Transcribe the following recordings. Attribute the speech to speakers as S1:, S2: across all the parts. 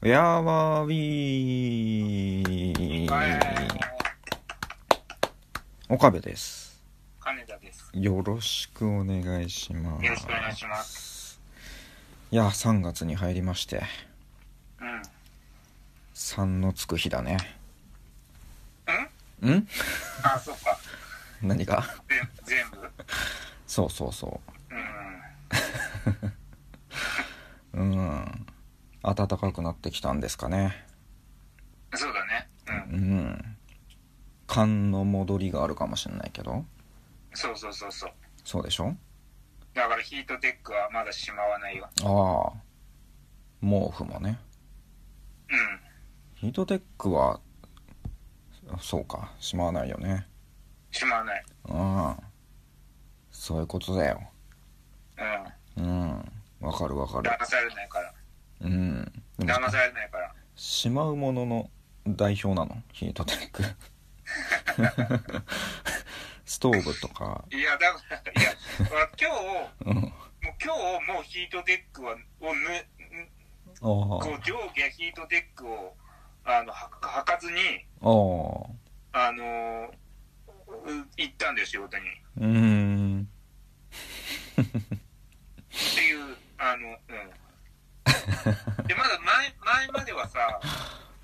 S1: ウェアワーウィー岡部です。
S2: 金田です。
S1: よろしくお願いします。。
S2: よろしくお願いします
S1: いや、3月に入りまして、
S2: うん。ん
S1: 3のつく日だね。ん
S2: あ、そうか。
S1: 何か
S2: ぜ全部
S1: そうそうそ
S2: うん。
S1: う。うん。暖かくなってきたんですかね。
S2: そうだね。う。
S1: うんん。寒の戻りがあるかもしれないけど。
S2: そうそうそうそう。
S1: そうでしょ
S2: だからヒートテックはまだしまわないよ。
S1: ああ。毛布もね。
S2: うん。
S1: ヒートテックはそうかしまわないよね
S2: しまわない。
S1: うんそういうことだよ
S2: うん。
S1: うんわかるわかる
S2: 騙されないから。
S1: うんでも
S2: 騙されないから。
S1: しまうものの代表なのヒートテックストーブとか
S2: いや、だから、いや、今日、
S1: うん
S2: もう今日もうヒートテックは、をぬ、ぬ
S1: あ
S2: こう上下ヒートテックを、あの、は履かずに、
S1: あああ
S2: あのーう行ったんですよ、仕事に。
S1: うーん
S2: っていう、あの、うん。で、まだ前、前まではさ、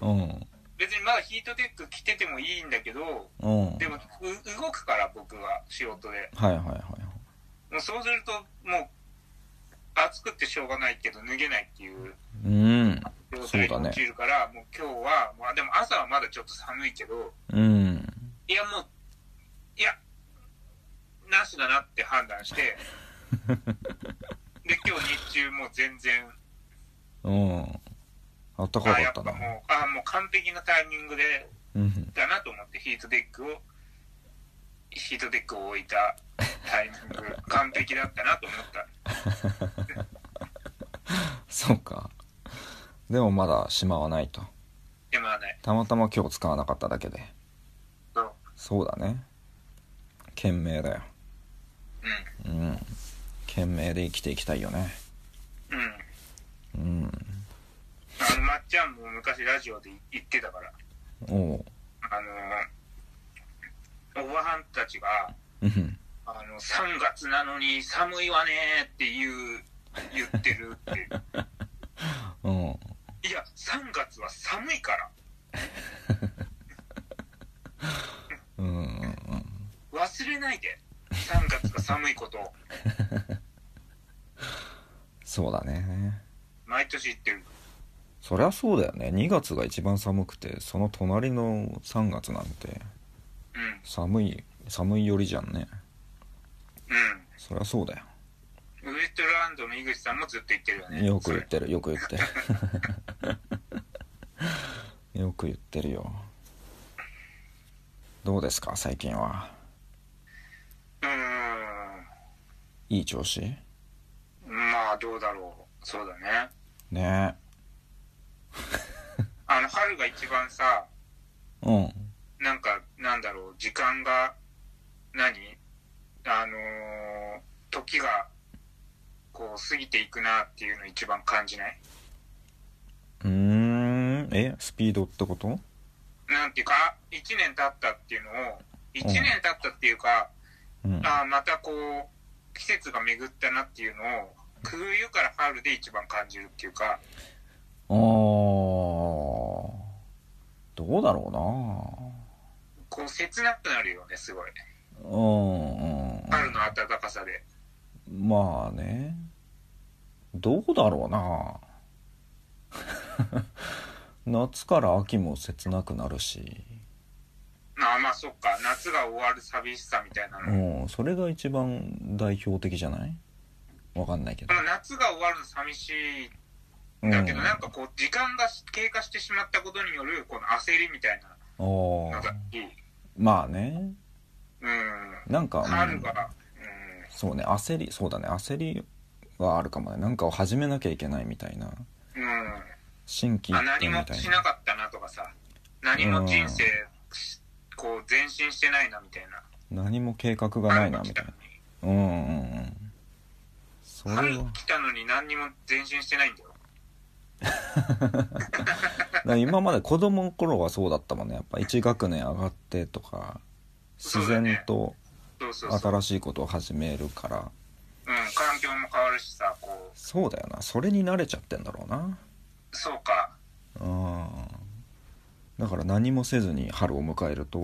S1: うん
S2: 別にまだヒートテック着ててもいいんだけど、
S1: うんはい
S2: でも、う動くから僕は仕事で。
S1: はいはいはい
S2: もうそうすると、もう、暑くてしょうがないけど、脱げないっていう
S1: うん
S2: 状態に
S1: そうだね
S2: 陥るから、もう今日は、まあでも朝はまだちょっと寒いけど、
S1: うん
S2: いやもう、いや、なしだなって判 断して、で、今日日中もう全然、
S1: うんあったか
S2: あ
S1: か
S2: や
S1: っ
S2: ったぱ
S1: な
S2: もう、あもう完璧なタイミングで、
S1: うん
S2: だなと思ってヒートテックをヒートテックを置いたタイミン グ完璧だったなと思った
S1: そうかでもまだしまわないと
S2: でもね
S1: たまたま今日使わなかっただけで
S2: そう
S1: そうだね賢明だよ
S2: う
S1: うん賢明で生きていきたいよね
S2: んうん
S1: うん
S2: あのまっちゃんも昔ラジオで言ってたから
S1: おう
S2: あのおばはんたちが
S1: うん
S2: あの3月なのに寒いわねーっていう言ってるって
S1: うん
S2: いや3月は寒いから
S1: うんうん
S2: 忘れないで3月が寒いことを
S1: そうだね
S2: 毎年言ってる
S1: そりゃそうだよね2月が一番寒くてその隣の3月なんて
S2: うん
S1: 寒い寒いよりじゃんね
S2: うん
S1: そりゃそうだよ
S2: ウエストランドの井口さんもずっと言ってるよね。
S1: よく言ってるよく言 ってるよく言ってるよどうですか最近は
S2: それう
S1: いい調子ね
S2: ーん。まあ、どうだろう。そうだね。
S1: え
S2: あの、春が一番さ、
S1: うん
S2: なんか、なんだろう、時間が、何あのー時が、こう、過ぎていくなっていうの一番感じないう
S1: ーんえスピードってこと
S2: なんていうか、1年経ったっていうのを、1年経ったっていうか、
S1: うん
S2: ああ、またこう、季節が巡ったなっていうのを、冬から春で一番感じるっていうか、
S1: あーどうだろ
S2: こう切なくなるよねすごいう
S1: なうんうん
S2: 春の暖かさで
S1: まあねどうだろうな 夏から秋も切なくなるし
S2: ああまあそっか夏が終わる寂しさみたいなの、
S1: うん、それが一番代表的じゃないわかんないけど
S2: こ。の夏が終わるの寂し
S1: う
S2: いん
S1: ん、
S2: だけど、なんかこう時間が経過してしまったことによるこの焦りみたい
S1: お
S2: なの
S1: ー
S2: がいい
S1: まあね、
S2: うん
S1: なんか、うん
S2: 春が
S1: そうね、焦り、そうだね、焦りはあるかもね。なんかを始めなきゃいけないみたいな。
S2: うん、うん
S1: 新規一
S2: あ
S1: 転
S2: 何
S1: み
S2: も
S1: たい
S2: し
S1: な。
S2: なかったなとかさ何も人生しこう前進してないなみたいな
S1: 何も計画がないな、みたいな。うんうんうん。それ
S2: 春
S1: は、
S2: 来たのに何にも前進してないんだよ
S1: だから今まで子供の頃はそうだったもんねやっぱ1学年上がってとか自然と
S2: そうそうそう。
S1: 新しいことを始めるから
S2: うん、環境も変わるしさ、こ
S1: そうだよなそれに慣れちゃってんだろうな
S2: う、そうか。
S1: うんだから何もせずに春を迎えると
S2: う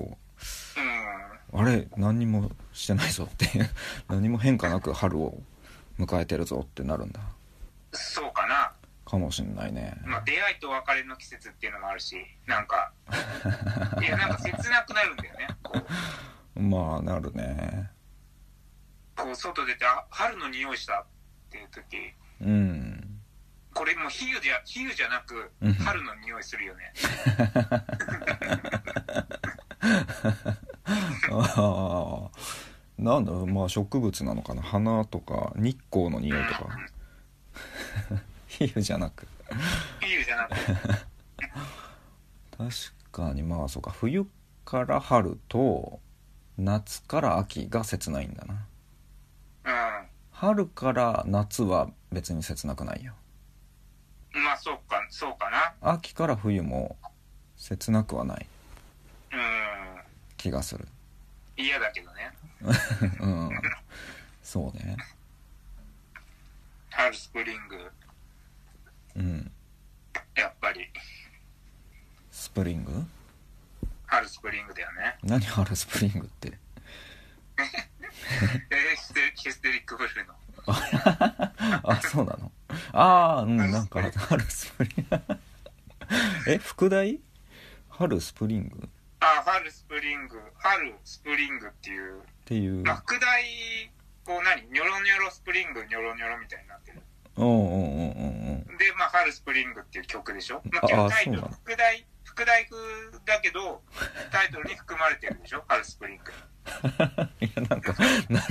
S2: ん、
S1: あれ何にもしてないぞって 何も変化なく春を迎えてるぞってなるんだ
S2: そうかな。
S1: かもしんないね
S2: まあ、出会いと別れの季節っていうのもあるし、なんか、いや、なんか切なくなるんだよね。こう、
S1: まあなるね
S2: こう外出て、あ、春の匂いしたっていう時、
S1: うん
S2: これもう比喩じゃ、比喩じゃなく
S1: うん、
S2: 春の匂いするよね。
S1: ああなんだろうまあ植物なのかな花とか日光の匂いとか比喩じゃなく
S2: 比喩じゃなく、
S1: 確かにまあそうか冬から春と夏から秋が切ないんだな
S2: う
S1: 春から夏は別に切なくないよ
S2: ん。まあ、そうか、そうかな。
S1: 秋から冬も切なくはない
S2: うん、
S1: 気がする
S2: 嫌だけどね。
S1: うんそうね
S2: 春スプリング、
S1: うん
S2: やっぱり、
S1: スプリング
S2: 春スプリングだよね。
S1: 何春スプリングって
S2: えー、ヒステリヒステリックブルーの。
S1: あそうなのああうんなんか春スプリング え副題春スプリングっ
S2: あ、春スプリング、春スプリングっていう、
S1: ていう
S2: 落第を何ニョロニョロスプリング、ニョロニョロみたいになってる。
S1: うんうんうんうんうん
S2: で、まあ、春スプリングっていう曲でしょま
S1: あ
S2: あ、けどタイト
S1: そう
S2: ル
S1: なの、
S2: 副題、副題風だけど、タイトルに含まれてるでしょ春スプリング。
S1: いやなんかなら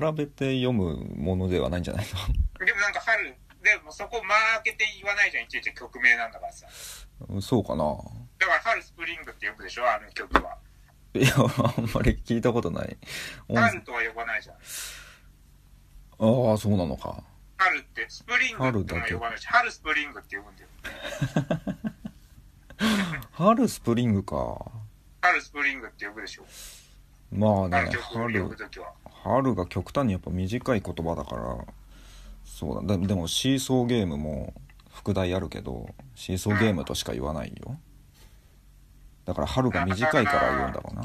S1: 並べて読むものではないんじゃない
S2: でもなんか春、でもそこ間開けて言わないじゃん、いちいち曲名なんだからさ。
S1: の そうかな
S2: だから春スプリングって呼ぶでしょあの曲は。
S1: いやあんまり聞いたことない音
S2: 春とは呼ばないじゃん。
S1: ああそうなのか
S2: 春って、スプリングっても呼ばないし、春スプリングって呼ぶんだよ。
S1: 春スプリングか
S2: 春スプリングって呼ぶでしょ
S1: まあ
S2: あの
S1: ね
S2: 曲を呼ぶ
S1: 春
S2: ときは。
S1: 春が極端にやっぱ短い言葉だからそうだででもシーソーゲームも副題あるけどシーソーゲームとしか言わないよだから春が短いから言うんだろうな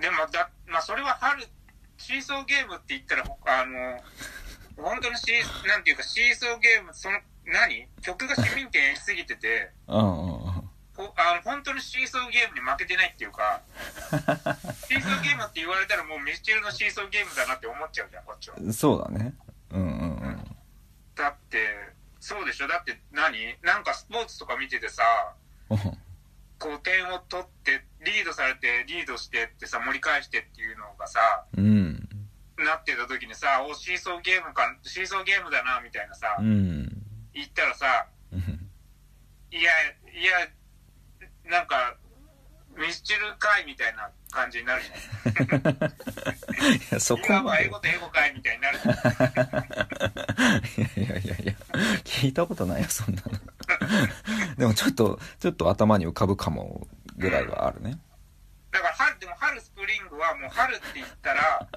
S2: でもだ、まあ、それは春、シーソーゲームって言ったら、ほあの、本当のシー、なんていうか、シーソーゲーム、その、何曲が市民権しすぎてて、
S1: うんうんうん
S2: ほあの本当のシーソーゲームに負けてないっていうか、シーソーゲームって言われたらもうミスチルのシーソーゲームだなって思っちゃうじゃん、こっちは。
S1: そうだねうんうんうん
S2: だって、そうでしょだって何なんかスポーツとか見ててさ、
S1: うん
S2: こう点を取って、リードされて、リードしてってさ、盛り返してっていうのがさ、
S1: うん
S2: なってた時にさ、お、シーソーゲームか、シーソーゲームだな、みたいなさ
S1: う、ん
S2: 言ったらさ、
S1: うん
S2: いや、いや、なんか、ミスチル会みたいな感じになるじ
S1: いやそ
S2: ゃん。
S1: こ
S2: 今
S1: ま
S2: は
S1: で
S2: 英語と英語会みたいになる じゃん。
S1: いやいやいやいや聞いたことないよそんなのでもちょっとちょっと頭に浮かぶかもぐらいはあるね
S2: だから春、でも春スプリングはもう春って言ったら、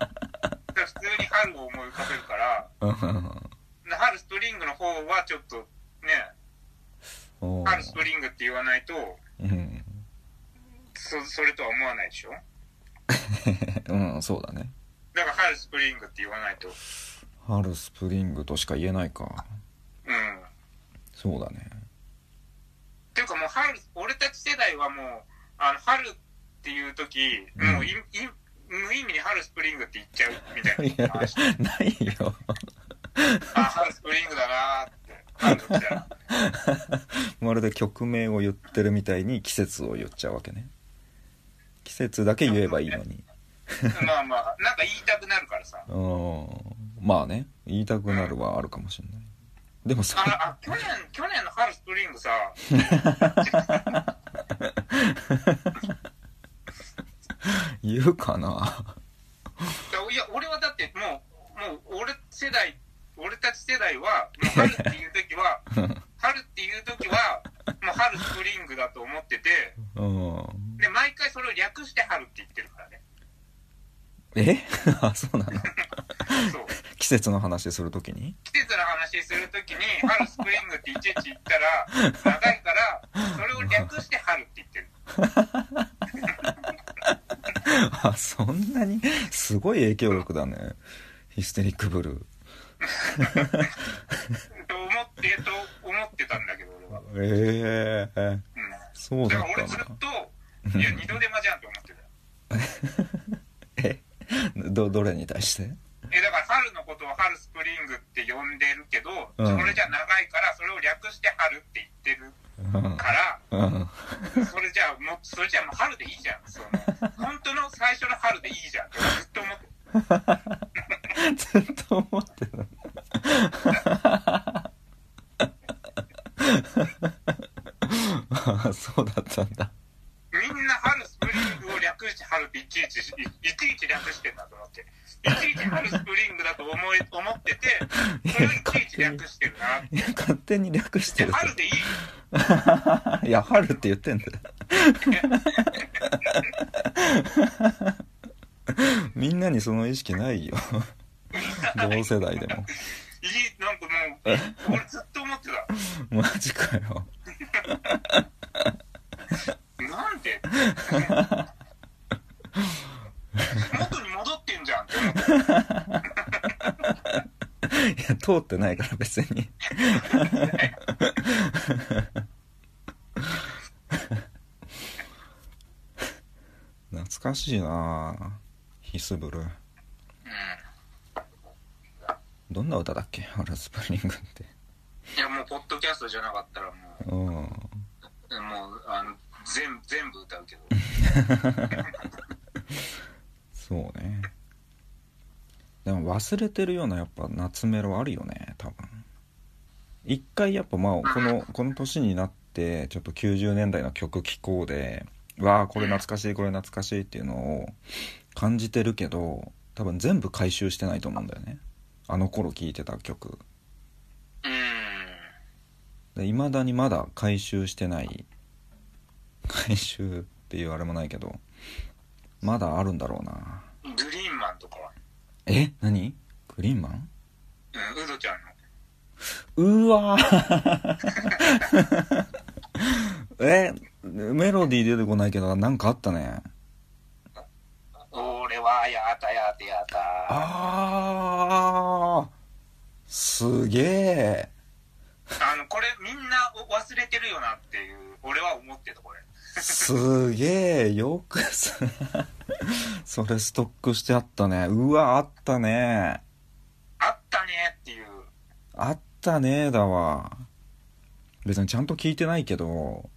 S2: 普通に春を思い浮かべるから、
S1: うん
S2: 春スプリングの方はちょっとね、
S1: うんうん
S2: 春スプリングって言わないと、
S1: うん
S2: そそれとは思わないでしょ
S1: うんそうだね
S2: だから春スプリングって言わないと。
S1: 春スプリングとしか言えないか
S2: うん。
S1: そうだね
S2: っていうかもう春俺たち世代はもうあの春っていう時、
S1: うん
S2: もういい無意味に春スプリングって言っちゃうみた
S1: い
S2: い
S1: やい
S2: な
S1: やないよ
S2: あ春スプリングだなーって春が来たら
S1: まるで曲名を言ってるみたいに季節を言っちゃうわけね季節だけ言えばいいのに
S2: まあまあなんか言いたくなるからさ
S1: うんまあね言いたくなるはあるかもしれないでもそ
S2: ああ去年去年の春スプリングさ
S1: 言うかない
S2: や俺はだってもうもう俺世代俺たち世代は、もう春っていう 時は、春っていう時は、もう春スプリングだと思ってて、
S1: うん
S2: で、毎回それを略して春って言ってるからね。
S1: え あそうなの
S2: そう。
S1: 季節の話するときに
S2: 季節の話するときに、 春スプリングっていちいち言ったら、長いから、それを略して春って言ってる。
S1: あそんなにすごい影響力だねヒステリックブル
S2: と思って、と思ってたんだけど、俺は。
S1: ーええ
S2: うん。
S1: そう
S2: だ
S1: だっ
S2: から俺ずった
S1: んだ
S2: と、いや、二度手間じゃんと思って た。
S1: えどどれに対して
S2: えだから春のことを春スプリングって呼んでるけど、
S1: うん
S2: それじゃ長いからそれを略して春って言ってる
S1: うん
S2: から
S1: うん
S2: それじゃあもうそれじゃあもう春でいいじゃんその本当の最初の春でいいじゃんってずっと思って
S1: ずっと思ってた あそうだったんだ
S2: みんな春スプリングを略して春っていちいちいいちいち略してんだと思っていちいち春スプリングだと思い 思っててそれをいちいち略してるなっ
S1: いや勝手に略して
S2: て
S1: る
S2: 春でいい
S1: いや春って言ってんだよ みんなにその意識ないよ同世代でも
S2: いいなんかもう俺ずっと思ってた
S1: マジかよ
S2: なんで元に戻ってんじゃんって思って
S1: いや通ってないから別に懐かしいなあヒスブルどんな歌だっけハラスプリングって
S2: いやもうポッドキャストじゃなかったら
S1: う
S2: もう
S1: ん
S2: もうあの全全部歌うけど
S1: そうねでも忘れてるようなやっぱ夏メロあるよね多分一回やっぱまあこのこの年になってちょっと90年代の曲聴こうでわあこれ懐かしいこれ懐かしいっていうのを感じてるけど多分全部回収してないと思うんだよねあの頃聴いてた曲
S2: うん
S1: いまだにまだ回収してない回収っていうあれもないけどまだあるんだろうな
S2: グリーンマンとかは、
S1: え何グリーンマン
S2: うん、ウドちゃんの
S1: うわー えメロディー出てこないけどなんかあったね
S2: 「俺はやーたやーてやーた」あ
S1: あーすげえ
S2: のこれみんな忘れてるよなっていう俺は思ってたこれ
S1: すげえよくさ それストックしてあったねうわあったね
S2: あったねっていう
S1: あったねだわ別にちゃんと聞いてないけど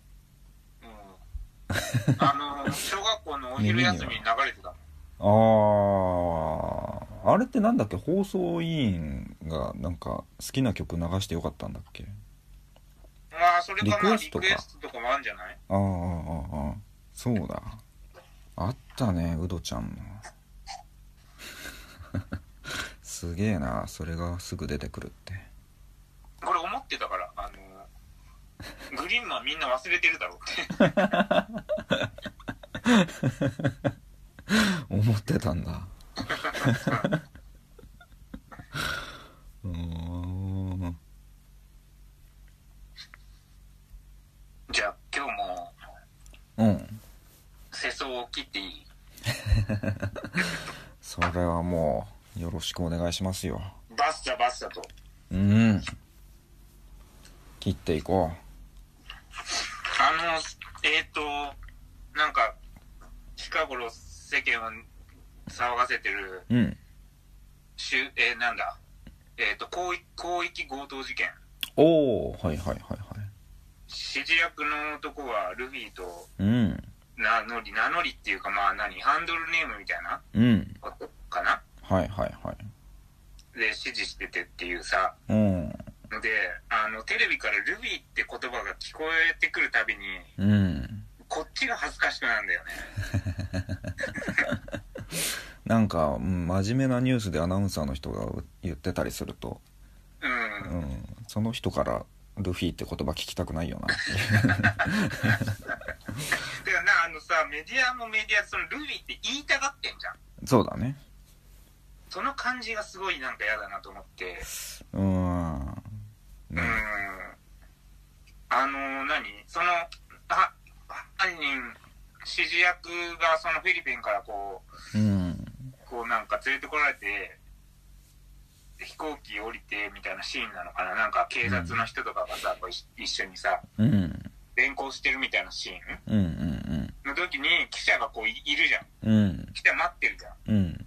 S2: うん あの小学校のお昼休みに流れてたの
S1: あーあれってなんだっけ放送委員がなんか好きな曲流してよかったんだっけ
S2: まあそれか
S1: リクエ
S2: まあリ
S1: スト
S2: ク
S1: か
S2: エストとかもあるんじゃない
S1: あーあーあーあーそうだあったねウドちゃんの すげえなそれがすぐ出てくるって
S2: これ思ってたからあのグリーンマンみんな忘れてるだろうって
S1: 思ってたんだ うーん
S2: じゃあ今日も
S1: うん
S2: 世相を切っていい
S1: それはもうよろしくお願いしますよ
S2: バッサバッサと
S1: うん切っていこ
S2: あのえっ、ー、となんか近頃世間を騒がせてる
S1: ううん
S2: しゅえー、なんだえっ、と広域広域強盗事件
S1: おおはいはいはいは
S2: 指示役の男はルフィと
S1: いうん
S2: 名乗り名乗りっていうかまあ何ハンドルネームみたいな
S1: うん
S2: ことかな
S1: はいはいはい
S2: で指示しててっていうさ
S1: うん
S2: のであのテレビからルフィって言葉が聞こえてくるたびに
S1: うん
S2: こっちが恥ずかしくなるんだよね
S1: なんか、うん真面目なニュースでアナウンサーの人が言ってたりするとうん、その人からルフィって言葉聞きたくないよな
S2: だからな、あのさ、メディアもメディア、そのルフィって言いたがってんじゃん。
S1: そうだね
S2: その感じがすごいなんか嫌だなと思って。
S1: うーん
S2: うーん。
S1: ね
S2: あのー、何その、あ、犯人、指示役がそのフィリピンからこう、
S1: うん
S2: こうなんか連れてこられて、飛行機降りてみたいなシーンなのかななんか警察の人とかがさ、こうい一緒にさ、
S1: うんうん
S2: 連行してるみたいなシーン
S1: うんうん
S2: の時に記者がこういいるじゃん。
S1: うん
S2: 記者待ってるじゃん。
S1: うん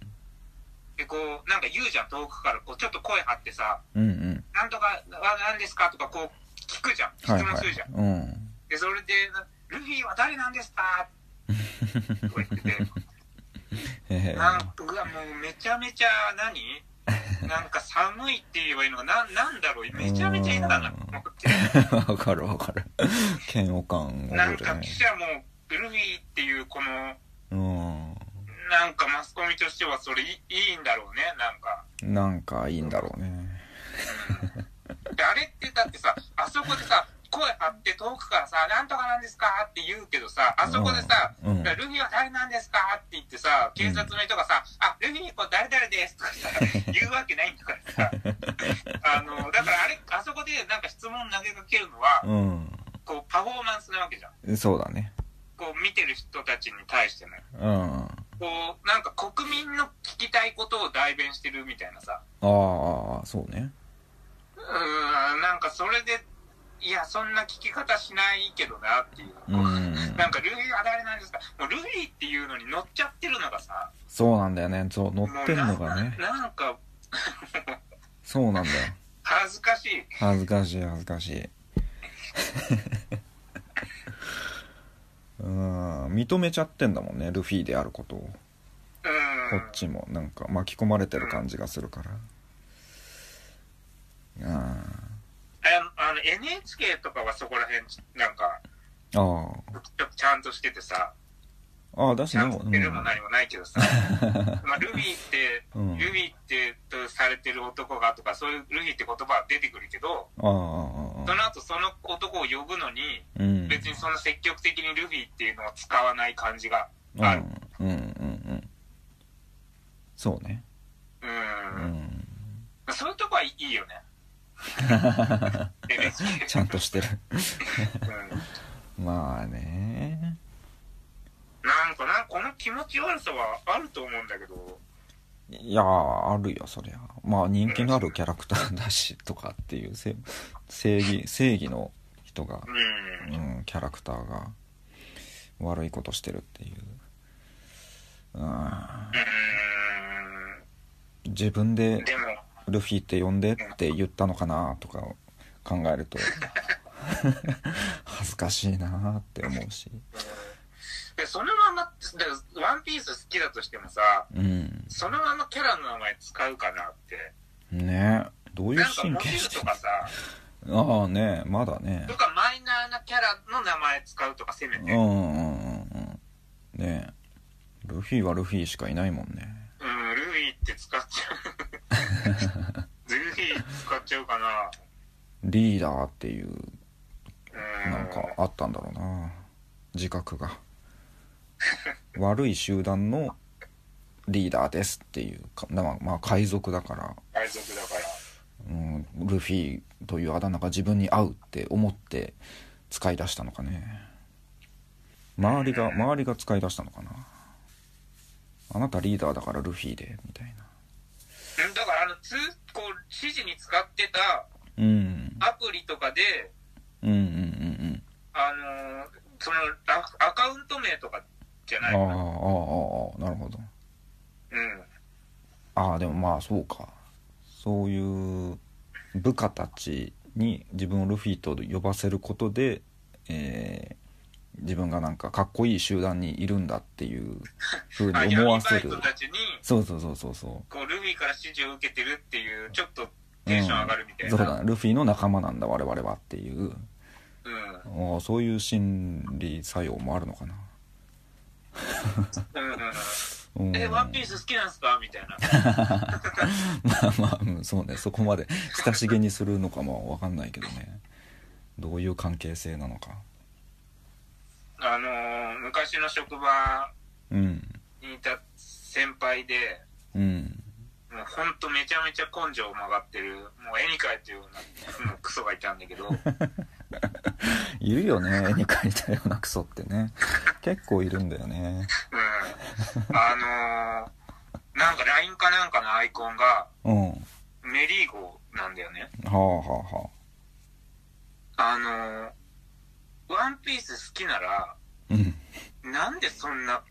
S2: で、こう、なんか言うじゃん、遠くから、こう、ちょっと声張ってさ、
S1: うんうん
S2: なんとか、は何ですかとか、こう、聞くじゃん。質
S1: はい
S2: 問
S1: は
S2: する
S1: い
S2: じゃん。
S1: うん
S2: で、それで、ルフィは誰なんですかとか言ってて、
S1: へへ
S2: なんうわ、もうめちゃめちゃ何、なんか寒いって言えばいいのか、な、なんだろう、めちゃめちゃ嫌だなと思って。
S1: わかるわかる嫌悪感
S2: な
S1: 覚え
S2: ん
S1: て
S2: か
S1: ね
S2: 記者も、ルフィっていう、この、
S1: う
S2: なんかマスコミとしてはそれいいいんだろうね、なんか。
S1: んなんかいいんだろうね
S2: であれってだってさ、あそこでさ、声張って遠くからさ、なんとかなんですかって言うけどさ、あそこでさ、
S1: うんうん
S2: ルフィは誰なんですかって言ってさ、警察の人がさ、あ、ルフィこれ誰々ですとかさ、 言うわけないんだからさ、あの、だからあれ、あそこでなんか質問投げかけるのは、
S1: う
S2: こう、パフォーマンスなわけじゃん。
S1: んそうだね
S2: こう、見てる人たちに対しての。
S1: うん
S2: こう、なんか国民の聞きたいことを代弁してるみたいなさ。
S1: ああそうね
S2: うーん、なんかそれで、いや、そんな聞き方しないけどなっていう。
S1: うん
S2: なんかルフィは誰なんですかもうルフィっていうのに乗っちゃってるのがさ、
S1: そうなんだよねそう乗
S2: も
S1: っ
S2: う
S1: てん
S2: な
S1: の
S2: んか
S1: がね
S2: なんか
S1: そうなんだよ
S2: 恥ずかしい。
S1: 恥ずかしい恥ずかしい うん認めちゃってんだもんねルフィであることを
S2: う
S1: こ
S2: ーん
S1: っ。ちもなんか巻き込まれてる感じがするからあ
S2: ああの NHK とかはそこら辺、なんか、
S1: ーあ
S2: ちょちゃんとしててさ、
S1: ーああだし
S2: ち
S1: で
S2: ゃん
S1: も
S2: と
S1: う
S2: して るも何もないけどさ、まあルフィって、
S1: うん
S2: ルフィってとされてる男がとか、そういうルフィって言葉は出てくるけど、
S1: ああ
S2: その後その男を呼ぶのに、
S1: うん
S2: 別にその積極的にルフィっていうのを使わない感じが
S1: うん
S2: ある。
S1: うんうんうんそうね
S2: う。
S1: うんん
S2: そういうとこはいいよね。NHK
S1: ちゃんとしてる
S2: うん。
S1: まあね
S2: なんかな、この気持ち悪さはあると思うんだけど、
S1: いやーあるよそりゃまあ人気のあるキャラクターだしとかっていうせ正義正義の人が
S2: う、。
S1: うんん、キャラクターが悪いことしてるっていう、うん、
S2: う
S1: 自分
S2: ん。
S1: で
S2: でも、
S1: ルフィって呼んでって言ったのかなとか考えると恥ずかしいなーって思うし
S2: うんでそのまま、でワンピース好きだとしてもさ、
S1: うん
S2: そのままキャラの名前使うかなって。
S1: ねどういう
S2: なんか
S1: 神
S2: モ
S1: 経
S2: デル
S1: して
S2: と
S1: ん
S2: かさ、
S1: のああねまだね
S2: とかマイナーなキャラの名前使うとかせめ
S1: う
S2: て
S1: ん。うんうんうんねルフィはルフィしかいないもんね
S2: うん、ルフィって使っちゃ う。ルフィ使っちゃうかな。
S1: リーダーっていう
S2: うん。
S1: なんかあったんだろうな自覚が悪い集団のリーダーですっていうかまあまあ海賊だから
S2: 海賊だから。
S1: うん、ルフィというあだ名が自分に合うって思って使い出したのかね周りが周りが使い出したのかなあなたリーダーだからルフィでみたいな
S2: うんだから、あの、通、こう、指示に使ってた
S1: うん
S2: アプリとかで、
S1: うんうんうん
S2: あのーそのア、アカウント名とかじゃ
S1: うんあ
S2: ない
S1: ああああ
S2: か
S1: あ
S2: な。
S1: なるほど
S2: うん。
S1: ああでもまあそうかそういう部下たちに自分をルフィと呼ばせることで、えー自分がなんかかっこいい集団にいるんだっていうふう
S2: あ、
S1: に思
S2: 闇バ
S1: わせ
S2: イ
S1: る
S2: トたちに、
S1: そうそうそうそうそ
S2: こう、ルフィから指示を受けてるっていう、ちょっと
S1: う
S2: テンション上がるみたい
S1: うん、そう
S2: な。
S1: だねルフィの仲間なんだ我々はっていう
S2: うん。
S1: おーそういう心理作用もあるのかな
S2: うんうんうん。
S1: うん
S2: え、ワンピース好きなんすかみ たいな。
S1: まあ まあ、うん、そうねそこまで 親しげにするのかもわかんないけどねどういう関係性なのか
S2: あのー昔の職場
S1: うん
S2: にいた先輩で、
S1: うん
S2: もうほんとめちゃめちゃ根性曲がってる、もう絵に描いてるような、 もうクソがいたんだけど、
S1: いるよ ね絵に描いたようなクソってね結構いるんだよね
S2: うん。あのーなんか LINE かなんかのアイコンが
S1: うんは
S2: メリーゴーなんだよね。
S1: あはあは
S2: あのーワンピース好きなら、
S1: あうん
S2: なんでそんな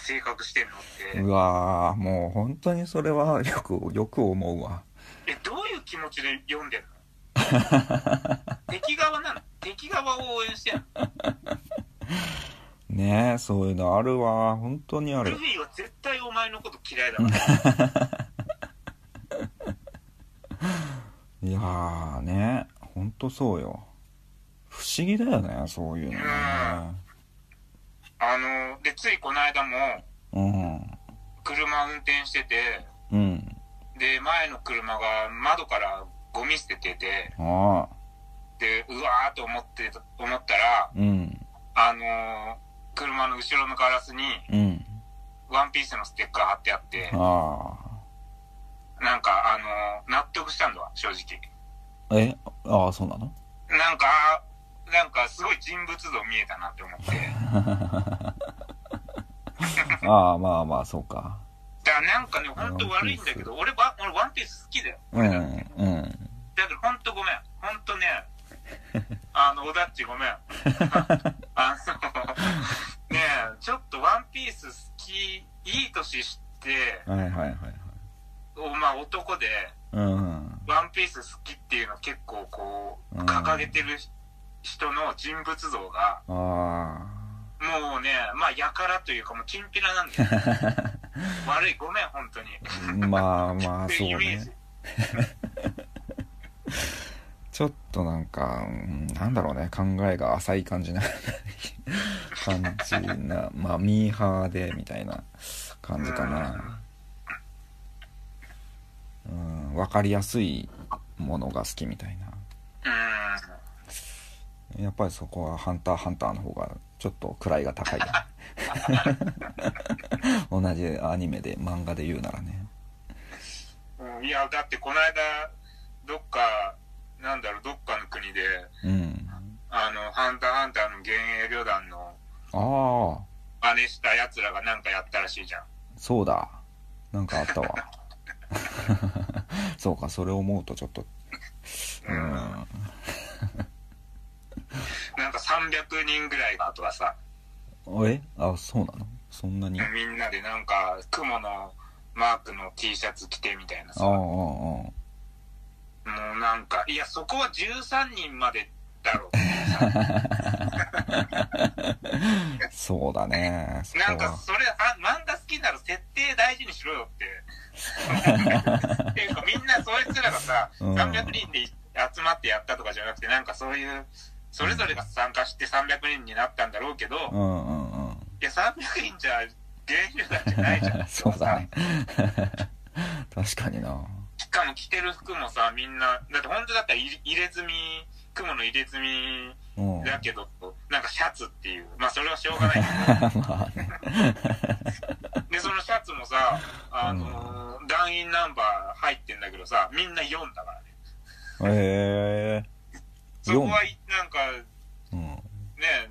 S2: 性格してんのって、
S1: うわーもう本当にそれはよくよく思うわ
S2: え、どういう気持ちで読 んでんの敵側なの敵側を応援してんの
S1: ねえそういうのあるわ本当にあ
S2: ル
S1: る
S2: フィは絶対お前のこと嫌いだから。
S1: いやーね本当そうよ不思議だよねそういうのね
S2: あの、で、ついこの間も、
S1: うん
S2: 車運転してて、
S1: うん
S2: で、前の車が窓からゴミ捨ててて、
S1: ああ
S2: で、うわーと思って、思ったら、
S1: うん
S2: あのー車の後ろのガラスに、
S1: うん
S2: ワンピースのステッカー貼ってあって、
S1: あ
S2: なんか、あのー納得したんだわ、正直。
S1: あえああそうなの
S2: なんか、あーなんか、すごい人物像見えたなって思って。
S1: ああまあまあそうか
S2: だからなんかね、ほんと悪いんだけど、俺ば、俺ワンピース好きだよ。
S1: うんうん
S2: だけど、ほんとごめん。ほんとね、あの、おだっちごめん。あの、ねえ、ちょっとワンピース好き、いい年して、
S1: はいはいはいはい
S2: おまあ男で、
S1: うん
S2: ワンピース好きっていうの結構こう、
S1: うん
S2: 掲げてる人の人物像が、
S1: あ
S2: もうね、まあ、やからというか、もう、きんぴらなんだ よ。悪い、ごめん、本当に。
S1: あまあまあ
S2: って
S1: そう
S2: イメー
S1: ね
S2: ジ。
S1: ちょっとなんか、うんなんだろうね、考えが浅い感じな感じな、 まあ、ミーハーでみたいな感じかな。うん、わかりやすいものが好きみたいな。
S2: うん。
S1: やっぱりそこはハンターハンターの方がちょっと位が高い。同じアニメで漫画で言うならね。
S2: うんいや、だってこの間、どっか、なんだろう、どっかの国で、
S1: うん。
S2: あの、ハンターハンターの幻影旅団の
S1: ああ、
S2: 真似した奴らがなんかやったらしいじゃん。
S1: そうだ。なんかあったわ。 そうか、それを思うとちょっと
S2: うん。
S1: うん
S2: なんか300人ぐらいが、あとはさ、
S1: えあそうなのそんなにあ
S2: みんなでなんか、雲のマークの T シャツ着てみたいな
S1: あ
S2: さ、
S1: ああ
S2: も
S1: ああ
S2: うなんか、いや、そこは13人までだろう。
S1: そうだねそ
S2: な
S1: こ
S2: んか
S1: は
S2: それあ漫画好きなら設定大事にしろよ って。っていうかみんなそいつらがさ、
S1: うん
S2: 300人で集まってやったとかじゃなくて、なんかそういう、それぞれが参加して300人になったんだろうけど、い
S1: うんうんうん。
S2: や300人じゃ芸術団じゃないじゃ ん
S1: そうだね 確かにな
S2: しかも着てる服もさ、みんな、だって本当だったら入入れ墨、雲の入れ墨
S1: うん
S2: だけど、なんかシャツっていう、まあそれはしょうがないけど。
S1: まあね
S2: で、そのシャツもさ、あのー団員ナンバー入ってんだけどさ、みんな4だからね。
S1: へえ
S2: そこ
S1: 4
S2: は、なんか、
S1: うん
S2: ね、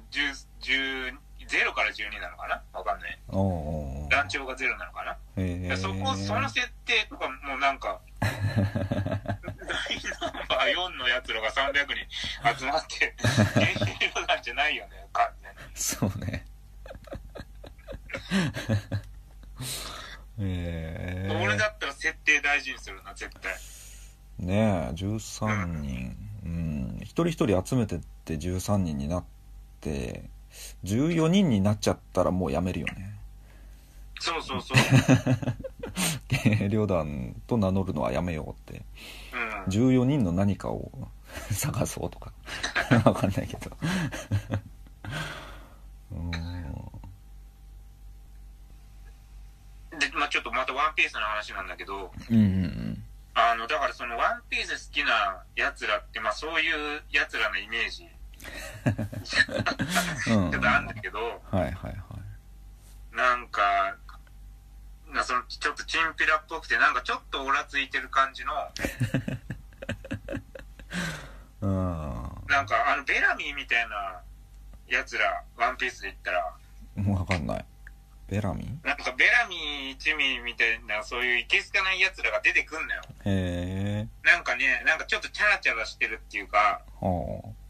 S2: 10、0から12なのかなわかんない。
S1: おうおうおう
S2: 団長が0なのかな、
S1: へえ
S2: そこ、その設定とかもうなんか、団員ナンバー4のやつらが300人集まって、原子なんじゃないよね、完全に。
S1: そうね へえ
S2: 俺だったら設定大事にするな、絶対。
S1: ねえ13人うん一人一人集めてって13人になって14人になっちゃったらもうやめるよね
S2: そうそうそう。う
S1: 軽量団と名乗るのはやめようって
S2: ん。
S1: 14人の何かを 探そうとか わかんないけど うん
S2: ちょっとまたワンピースの話なんだけど、
S1: うんうん
S2: あの、だからそのワンピース好きな奴らって、まあそういう奴らのイメージ、
S1: うんうん
S2: ちょっとあるんだけど、
S1: はいはいはい
S2: なんか、なそのちょっとチンピラっぽくて、なんかちょっとオラついてる感じの、
S1: うんわ
S2: なんかあのベラミーみたいな奴ら、ワンピースで言ったら、
S1: かんないベラミン
S2: なんかベラミー、チミーみたいな、そういういけすかない奴らが出てくんのよ。
S1: へえ
S2: なんかね、なんかちょっとチャラチャラしてるっていうか、
S1: はあ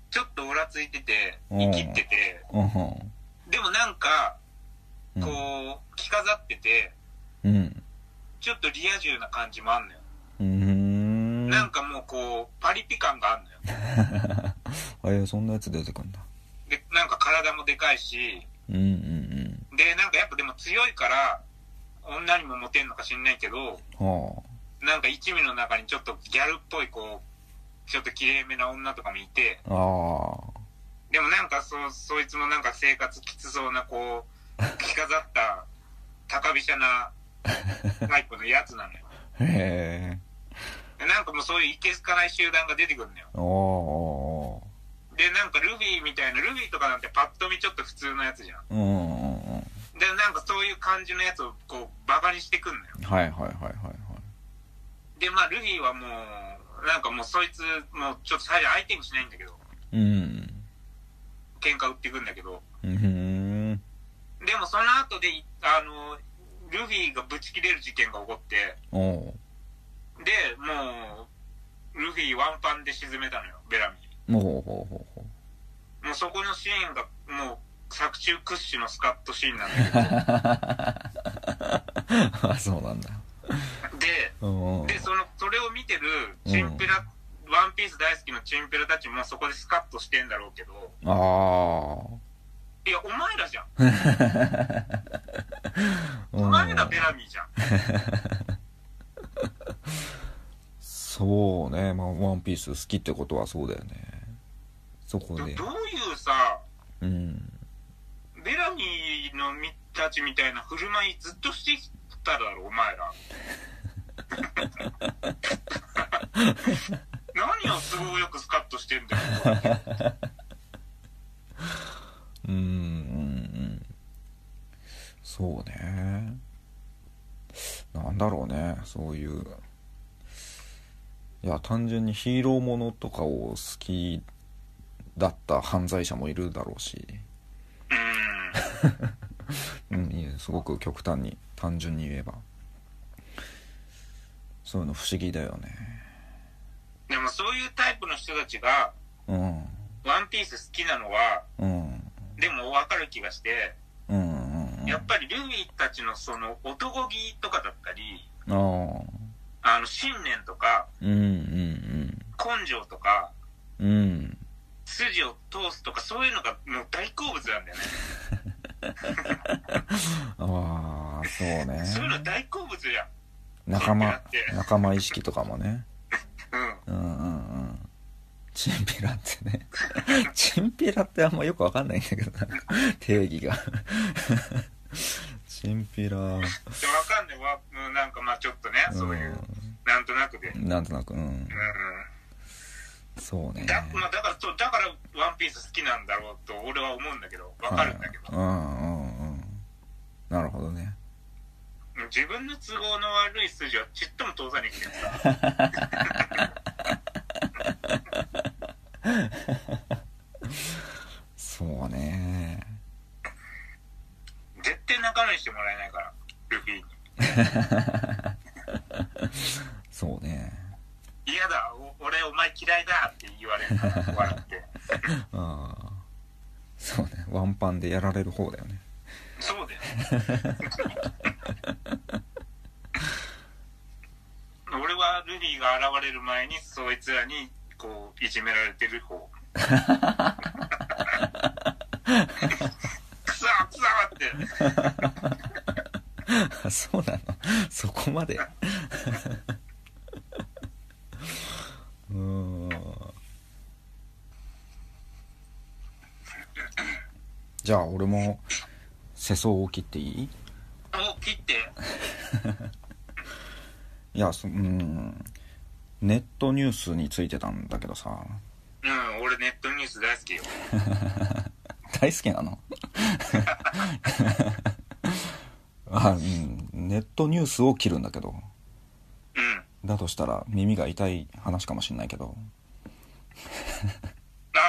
S2: ちょっとオラついてて、
S1: うん
S2: 生きってて、
S1: うんうん
S2: でもなんか、
S1: うん
S2: こう、着飾ってて、
S1: うん
S2: ちょっとリア充な感じもあんのよ。
S1: うー ん
S2: なんかもうこう、パリピ感があんのよ。
S1: あいやそんなやつ出てくんだ
S2: で、なんか体もでかいし、
S1: うんうん
S2: で、なんかやっぱでも強いから、女にもモテんのか知んないけど、
S1: うんは
S2: なんか一味の中にちょっとギャルっぽいこう、ちょっと綺麗めな女とかもいて、
S1: ああ
S2: でもなんかそ、そいつもなんか生活きつそうなこう、着飾った高飛車なタイプのやつなのよ。
S1: あへえ
S2: でなんかもうそういういけすかない集団が出てくるのよ。
S1: あああ
S2: で、なんかルフィみたいな、ルフィとかなんてパッと見ちょっと普通のやつじゃん。
S1: あうんうんうん
S2: で、なんかそういう感じのやつをこう、バカにしてくんのよ。
S1: はいはいはいはいはい
S2: で、まあ、ルフィはもう、なんかもうそいつ、もうちょっと最初相手にしないんだけど、
S1: うん
S2: 喧嘩売ってくんだけど、
S1: うんふん
S2: でもその後で、いあの、ルフィがぶち切れる事件が起こって、
S1: おう
S2: で、もう、ルフィワンパンで沈めたのよ、ベラミ
S1: ほ
S2: ー。
S1: うほうほうほ
S2: もうそこのシーンが、もう、作中屈指のスカッとシーンなん だ
S1: うあそうなんだ
S2: けど、で、
S1: うんうん
S2: で、その、それを見てる、チンピラ、ワンピース大好きのチンピラたちもそこでスカッとしてんだろうけど、
S1: あ
S2: いや、お前らじゃん。
S1: あ
S2: お前 ら
S1: うん
S2: ベラミーじゃん。
S1: そうねまあワンピース好きってことはそうだよねそこ
S2: どどうい
S1: で
S2: うさ、
S1: うん
S2: ベラミーのみたちみたいな振る舞いずっとしてきただろ、お 前ら。何を都合よくスカッとしてんだよ。
S1: うんうんうんそうねなんだろうねそういういや単純にヒーローものとかを好きだった犯罪者もいるだろうし
S2: うーん。
S1: うんいえすごく極端に単純に言えばそういうの不思議だよね
S2: でもそういうタイプの人たちが、
S1: うん
S2: ワンピース好きなのは、
S1: うん
S2: でも分かる気がして、
S1: うんうんうん
S2: やっぱりルフィたちのその男気とかだったり、
S1: ああ
S2: あの、信念とか、
S1: うんうん
S2: 根性とか、
S1: うんうん
S2: 筋を通すとか、そういうのがもう大好物なんだよね。
S1: ああそうね
S2: そういうの大好物じゃん。
S1: 仲間仲間意識とかもね
S2: う
S1: うん
S2: ん。
S1: うんうんチンピラってね チンピラってあんまよくわかんないんだけどな定義がチンピラうん
S2: でわかんないわ、うんなんかまあちょっとね、そういう、なんとなくで。うん。
S1: なんとなくうんそうね
S2: だまあ、だからそう、だからワンピース好きなんだろうと俺は思うんだけど、わかるんだけど、
S1: はいうんうんうんなるほどね
S2: 自分の都合の悪い筋はちっとも通さねえけどさ、
S1: そうね
S2: 絶対仲間にしてもらえないから、ルフィに。
S1: そうね
S2: 嫌だ、お俺お前嫌いだって言われるから、笑って。
S1: ああそうねワンパンでやられる方だよね
S2: そうだよ。俺はルリーが現れる前にそいつらにこういじめられてる方くそくそって
S1: あそうなのそこまで うーんじゃあ俺も世相を切っていい
S2: お切って
S1: いやそうんネットニュースについてたんだけどさ
S2: うん、俺ネットニュース大好きよ。
S1: 大好きなの あ、うん、ネットニュースを切るんだけど
S2: うん。
S1: だとしたら耳が痛い話かもしんないけど
S2: あ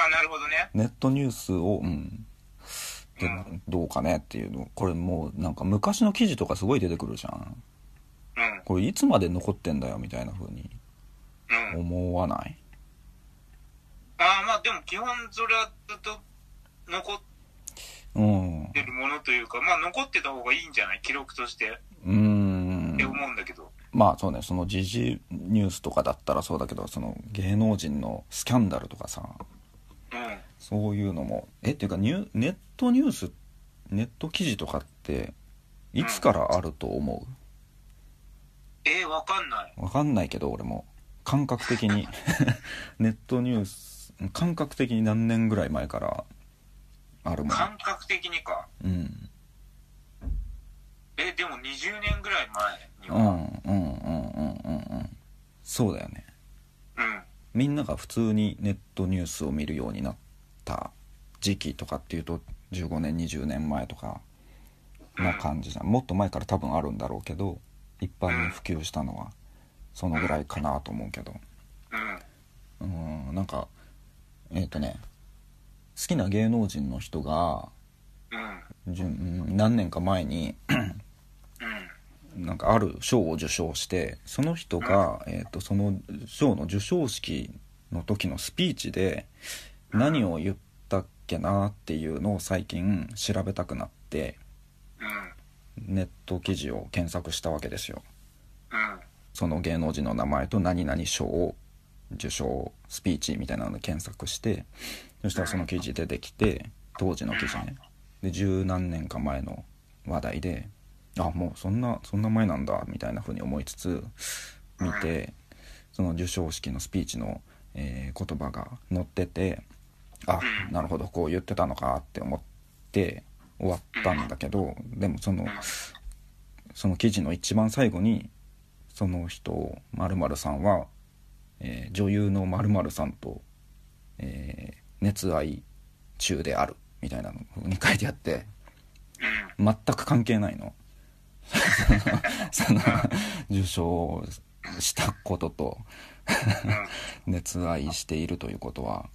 S2: あ、なるほどね。
S1: ネットニュースをうんで
S2: うん
S1: どうかねっていうのこれもうなんか昔の記事とかすごい出てくるじゃん
S2: うん。
S1: これいつまで残ってんだよみたいな風に
S2: うん。
S1: 思わない
S2: ああ、まあでも基本それはずっと残っ
S1: うんう
S2: てるものというか、まあ残ってた方がいいんじゃない記録として。
S1: ーん
S2: って思うんだけど。
S1: まあそうねその時事ニュースとかだったらそうだけどその芸能人のスキャンダルとかさ
S2: うん。うん。
S1: そういうのもえっていうかニュネットニュースネット記事とかっていつからあると思
S2: えー、わかんない。
S1: うわかんないけど俺も感覚的にネットニュース感覚的に何年ぐらい前からあるもん
S2: 感覚的にか。
S1: うん
S2: えー、でも20年ぐらい前に
S1: うん
S2: は。
S1: うんうんうんうんうんそうだよね
S2: うん。
S1: みんなが普通にネットニュースを見るようになった時期とかっていうと15年20年前とかな感じじゃんもっと前から多分あるんだろうけど一般に普及したのはそのぐらいかなと思うけど
S2: うん。
S1: うんなんかえっ、とね好きな芸能人の人が
S2: うん。
S1: じゅうん何年か前に
S2: うん。
S1: なんかある賞を受賞してその人が、えー、とその賞の授賞式の時のスピーチで何を言ったっけなっていうのを最近調べたくなって
S2: うん。
S1: ネット記事を検索したわけですよ
S2: うん。
S1: その芸能人の名前と何々賞を受賞スピーチみたいなので検索してそしたらその記事出てきて当時の記事ねで十何年か前の話題であもうそんなそんな前なんだみたいな風に思いつつ見てその授賞式のスピーチの、えー言葉が載っててあ
S2: うん
S1: なるほどこう言ってたのかって思って終わったんだけどでもそのその記事の一番最後にその人〇〇さんは、えー女優の〇〇さんと、えー熱愛中であるみたいなのに書いてあって
S2: うん。
S1: 全く関係ないの その受賞したことと熱愛しているということは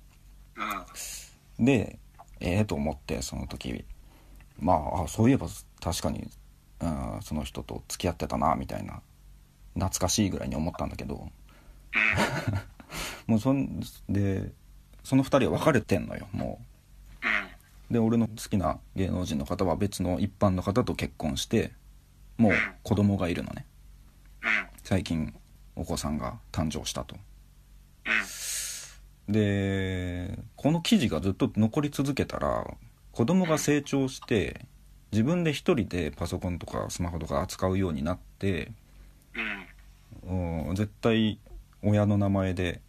S2: うん。うん。
S1: でええと思ってその時まああそういえば確かに、うん、その人と付き合ってたなみたいな懐かしいぐらいに思ったんだけどもうそんでその2人は別れてんのよもうで俺の好きな芸能人の方は別の一般の方と結婚してもう子供がいるのね
S2: う
S1: 最近お子さんが誕生したと
S2: ん。うん。
S1: でこの記事がずっと残り続けたら子供が成長して自分で一人でパソコンとかスマホとか扱うようになって
S2: うん。
S1: うん絶対親の名前で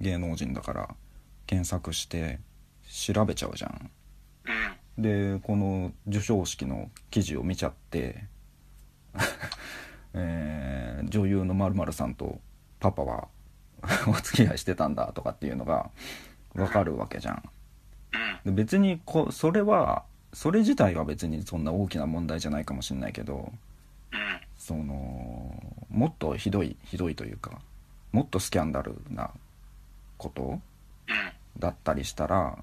S1: 芸能人だから検索して調べちゃうじゃん
S2: うん。
S1: でこの授賞式の記事を見ちゃって、 えー女優のまるさんとパパは お付き合いしてたんだとかっていうのがわかるわけじゃん
S2: うん。
S1: で別にこそれはそれ自体は別にそんな大きな問題じゃないかもしれないけど
S2: うん。
S1: そのもっとひどいひどいというかもっとスキャンダルなこと
S2: うん。
S1: だったりしたら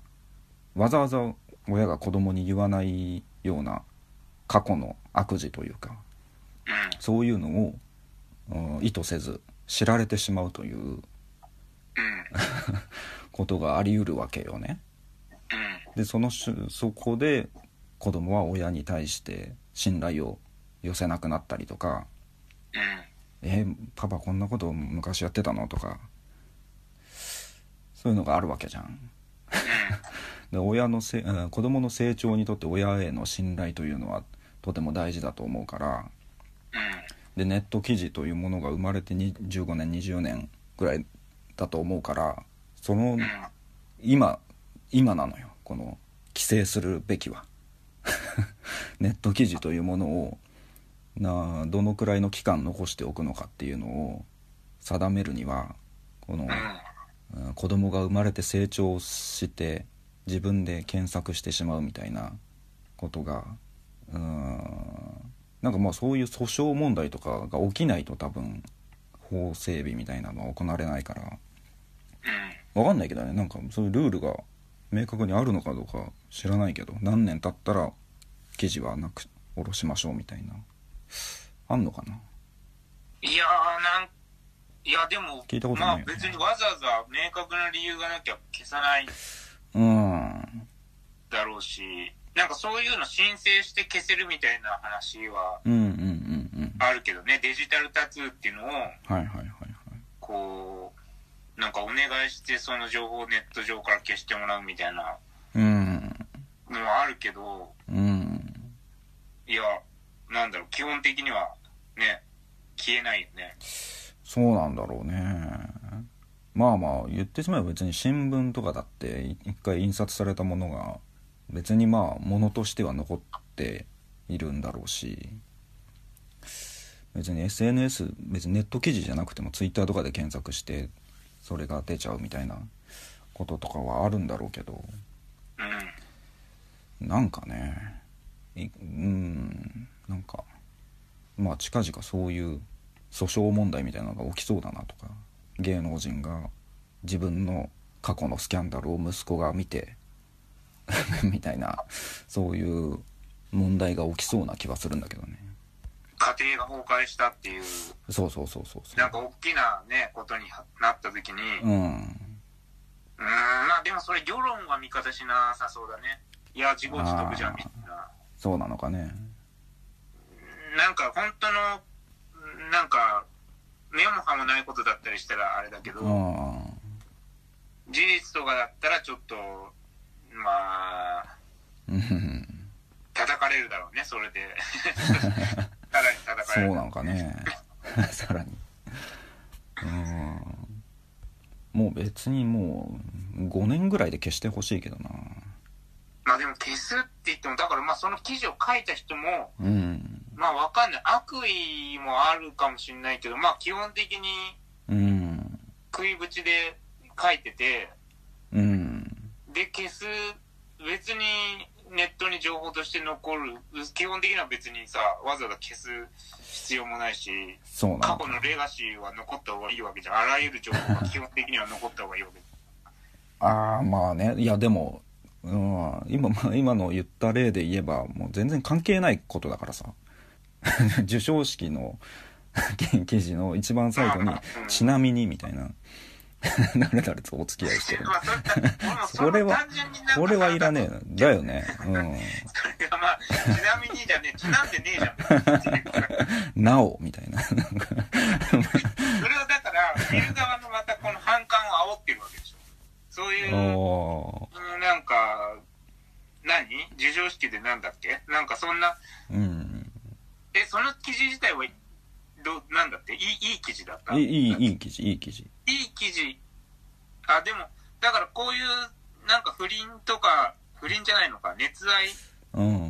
S1: わざわざ親が子供に言わないような過去の悪事というか
S2: うん。
S1: そういうのを、うん意図せず知られてしまうという
S2: うん。
S1: ことがあり得るわけよね。
S2: うん。
S1: でそのしそこで子供は親に対して信頼を寄せなくなったりとか
S2: う
S1: 「えパパこんなこと昔やってたの?」とかそういうのがあるわけじゃん。で親のせうん子供の成長にとって親への信頼というのはとても大事だと思うから
S2: ん。
S1: でネット記事というものが生まれてに15年20年ぐらいだと思うからその
S2: うん。
S1: 今今なのよこの 規制するべきはネット記事というものをなあどのくらいの期間残しておくのかっていうのを定めるにはこの
S2: うん。
S1: うん子供が生まれて成長して自分で検索してしまうみたいなことがうーんなんかまあそういう訴訟問題とかが起きないと多分法整備みたいなのは行われないからわかんないけどねなんかそういうルールが明確にあるのかどうか知らないけど何年経ったら記事はなく下ろしましょうみたいなあんのかな
S2: うん。いやー、なん、いや、でも、
S1: 聞いたこと
S2: ま
S1: ない
S2: あ
S1: よね
S2: 別にわざわざ明確な理由がなきゃ消さない
S1: うん
S2: だろうし、なんかそういうの申請して消せるみたいな話は
S1: うんうんうんうん
S2: あるけどね、デジタルタトゥーっていうのを、
S1: はいはいはいはい
S2: こう、なんかお願いしてその情報をネット上から消してもらうみたいな
S1: うん
S2: のはあるけど、
S1: うん
S2: いや、なんだろう、基本的にはね、消えないよね。
S1: そうなんだろうねまあまあ言ってしまえば別に新聞とかだってい一回印刷されたものが別にまあものとしては残っているんだろうし別に SNS 別にネット記事じゃなくても Twitter とかで検索してそれが出ちゃうみたいなこととかはあるんだろうけど
S2: うん。
S1: なんかねいうんなんかまあ近々そういう訴訟問題みたいなのが起きそうだなとか芸能人が自分の過去のスキャンダルを息子が見て みたいなそういう問題が起きそうな気はするんだけどね
S2: 家庭が崩壊したっていう、
S1: そうそうそうそうそ
S2: なん
S1: う
S2: か大きなね、ことになった時に、う、
S1: うんん
S2: ん、まあでもそれ世論は味方しなさそうだね。いや、自業自得じゃん、みたいな。
S1: そうなのかね
S2: なんか本当の、なんか、目も歯もないことだったりしたらあれだけど、
S1: ああ
S2: 事実とかだったらちょっと、まあ、
S1: うん
S2: 叩かれるだろうね、それで。 さらに叩か
S1: そ
S2: れる。
S1: うなのかね さらにうーんもう別にもう5年ぐらいで消してほしいけどな
S2: まあでも消すって言っても、だからまあその記事を書いた人も、
S1: うん
S2: まあわかんない。悪意もあるかもしれないけど、まあ基本的に
S1: うん
S2: 食い口で書いてて、
S1: うん
S2: で消す、別にネットに情報として残る、基本的には別にさ、わざわざ消す必要もないし、
S1: そうな
S2: 過
S1: の
S2: 去のレガシーは残った方がいいわけじゃん。あらゆる情報が基本的には残った方がいいわけ じ
S1: ああまあねいやでもうん今まあ今の言った例で言えばもう全然関係ないことだからさ 授賞式の 記事の一番最後に「ちなみに」みたいな 「誰々とお付き合いして
S2: ゃん。
S1: る
S2: まあそれ俺
S1: そ
S2: もそ
S1: れは
S2: 単純になんか」さ
S1: これはいらねえなだよねうん
S2: それがまあ、ちなみにじゃねえ、ちなんでねえじ ゃん。それ
S1: なおみたいななんか
S2: をだから、見る側のまたこの反感を煽ってるわけでしょ。そういう、
S1: お
S2: うんなんか、何授賞式でなんだっけなんかそんな、
S1: ーうん
S2: え、その記事自体は、どう、なんだっていい、いい記事だった
S1: いいいいいい記事いい記事
S2: いい記事。あ、でも、だからこういう、なんか不倫とか、不倫じゃないのか、熱愛
S1: うん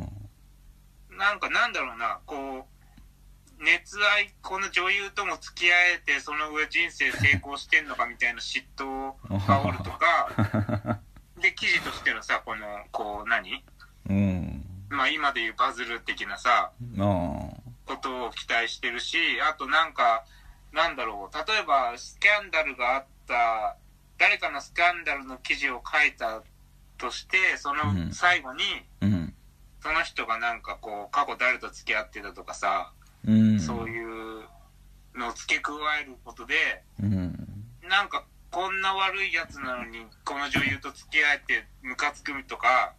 S2: なんかなんだろうな、こう、熱愛、この女優とも付き合えて、その上人生成功してんのかみたいな嫉妬を 煽るとか、で、記事としてのさ、この、こう何、
S1: うん
S2: まあ今でいうバズる的な
S1: あ
S2: さ、ことを期待してるし、あとなんか、なんだろう、例えばスキャンダルがあった、誰かのスキャンダルの記事を書いたとして、その最後に、
S1: あうん
S2: その人がなんかこう、過去誰と付き合ってたとかさ、
S1: うん
S2: そういうのを付け加えることで、
S1: うん
S2: なんかこんな悪いやつなのに、この女優と付き合えてムカつくと か、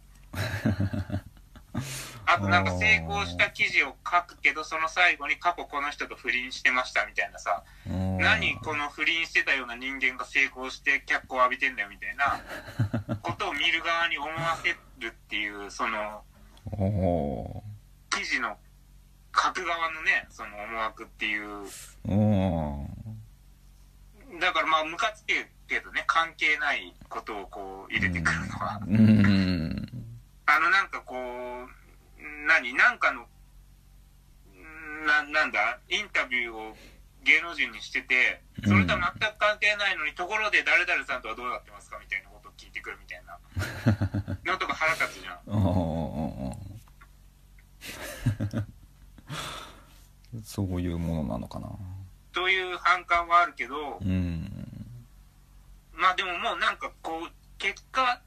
S2: あとなんか成功した記事を書くけど、その最後に過去この人と不倫してましたみたいなさ、
S1: うん
S2: 何この不倫してたような人間が成功して脚光を浴びてんだよみたいな ことを見る側に思わせるっていう、その
S1: おお
S2: 記事の書く側のね、その思惑っていう
S1: ーうん
S2: だからまあムカつくけどね関係ないことをこう入れてくるのは、
S1: うん
S2: あのなんかこう何なんかのんな、なんだ、インタビューを芸能人にしてて、それとは全く関係ないのに、ところで誰々さんとはどうなってますかみたいなことを聞いてくるみたいな。のとか腹立つじゃん。
S1: うんうんうんうん そういうものなのかな
S2: という反感はあるけど、
S1: うん
S2: まあでももうなんかこう、結果、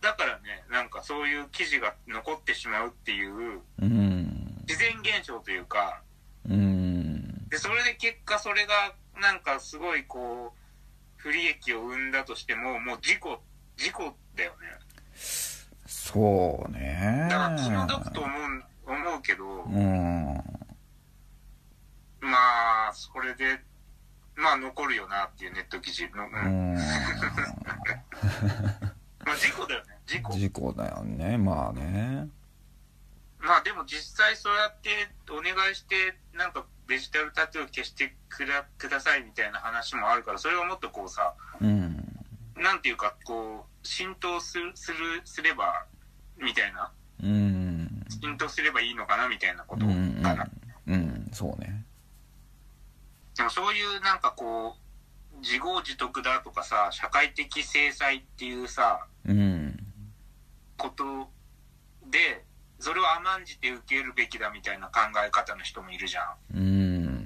S2: だからね、なんかそういう記事が残ってしまうっていう、
S1: うん
S2: 自然現象というか、
S1: うん
S2: でそれで結果それがなんかすごいこう不利益を生んだとしてももう事故事故だよね
S1: そうね
S2: だから気の毒と思う思うけど、
S1: うん
S2: まあそれでまあ残るよなっていうネット記事の、うん
S1: うん
S2: まあ事故だよね事故
S1: 事故だよねまあね
S2: まあでも実際そうやってお願いしてなんかデジタルタトゥーを消してくだくださいみたいな話もあるからそれをもっとこうさ
S1: うん
S2: なんていうかこう浸透するするすればみたいな
S1: うん
S2: 浸透すればいいのかなみたいなこ
S1: うん
S2: と
S1: う
S2: か
S1: ん
S2: な、
S1: うんそうね
S2: でもそういうなんかこう自業自得だとかさ社会的制裁っていうさ
S1: うん
S2: ことでそれを甘んじて受けるべきだみたいな考え方の人もいるじゃ
S1: うん
S2: ん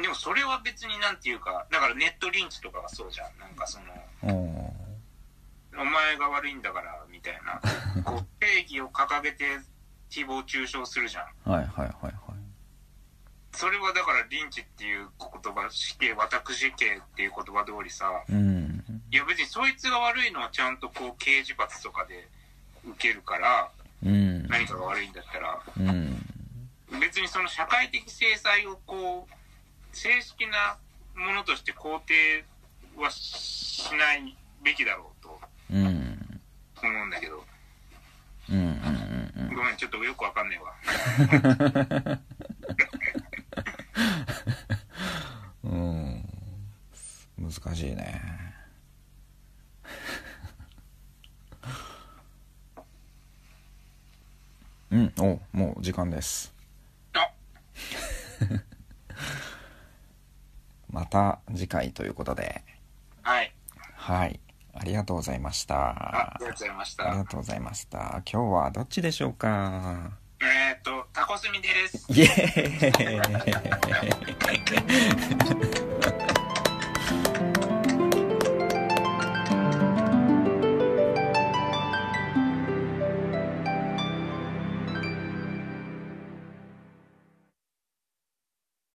S2: でもそれは別になんていうかだからネットリンチとかがそうじゃんなんかその
S1: あー
S2: お前が悪いんだからみたいな こう定義を掲げて誹謗中傷するじゃん
S1: はいはいはいはい
S2: それはだからリンチっていう言葉死刑私刑っていう言葉通りさ
S1: うん
S2: いや別にそいつが悪いのはちゃんとこう刑事罰とかで受けるから
S1: うん
S2: 何かが悪いんだったら
S1: うん
S2: 別にその社会的制裁をこう正式なものとして肯定はしないべきだろうと
S1: うんうん
S2: 思うんだけど
S1: うんうんうん
S2: ごめんちょっとよくわかんねえわ
S1: うん難しいねうんおもう時間です
S2: あ
S1: また次回ということで
S2: はい
S1: はいありがとうございまし
S2: ああ
S1: た
S2: りがとうございまし
S1: あり
S2: た
S1: がとうございました今日はどっちでしょうか
S2: えー、っとタコスミです
S1: イエーイ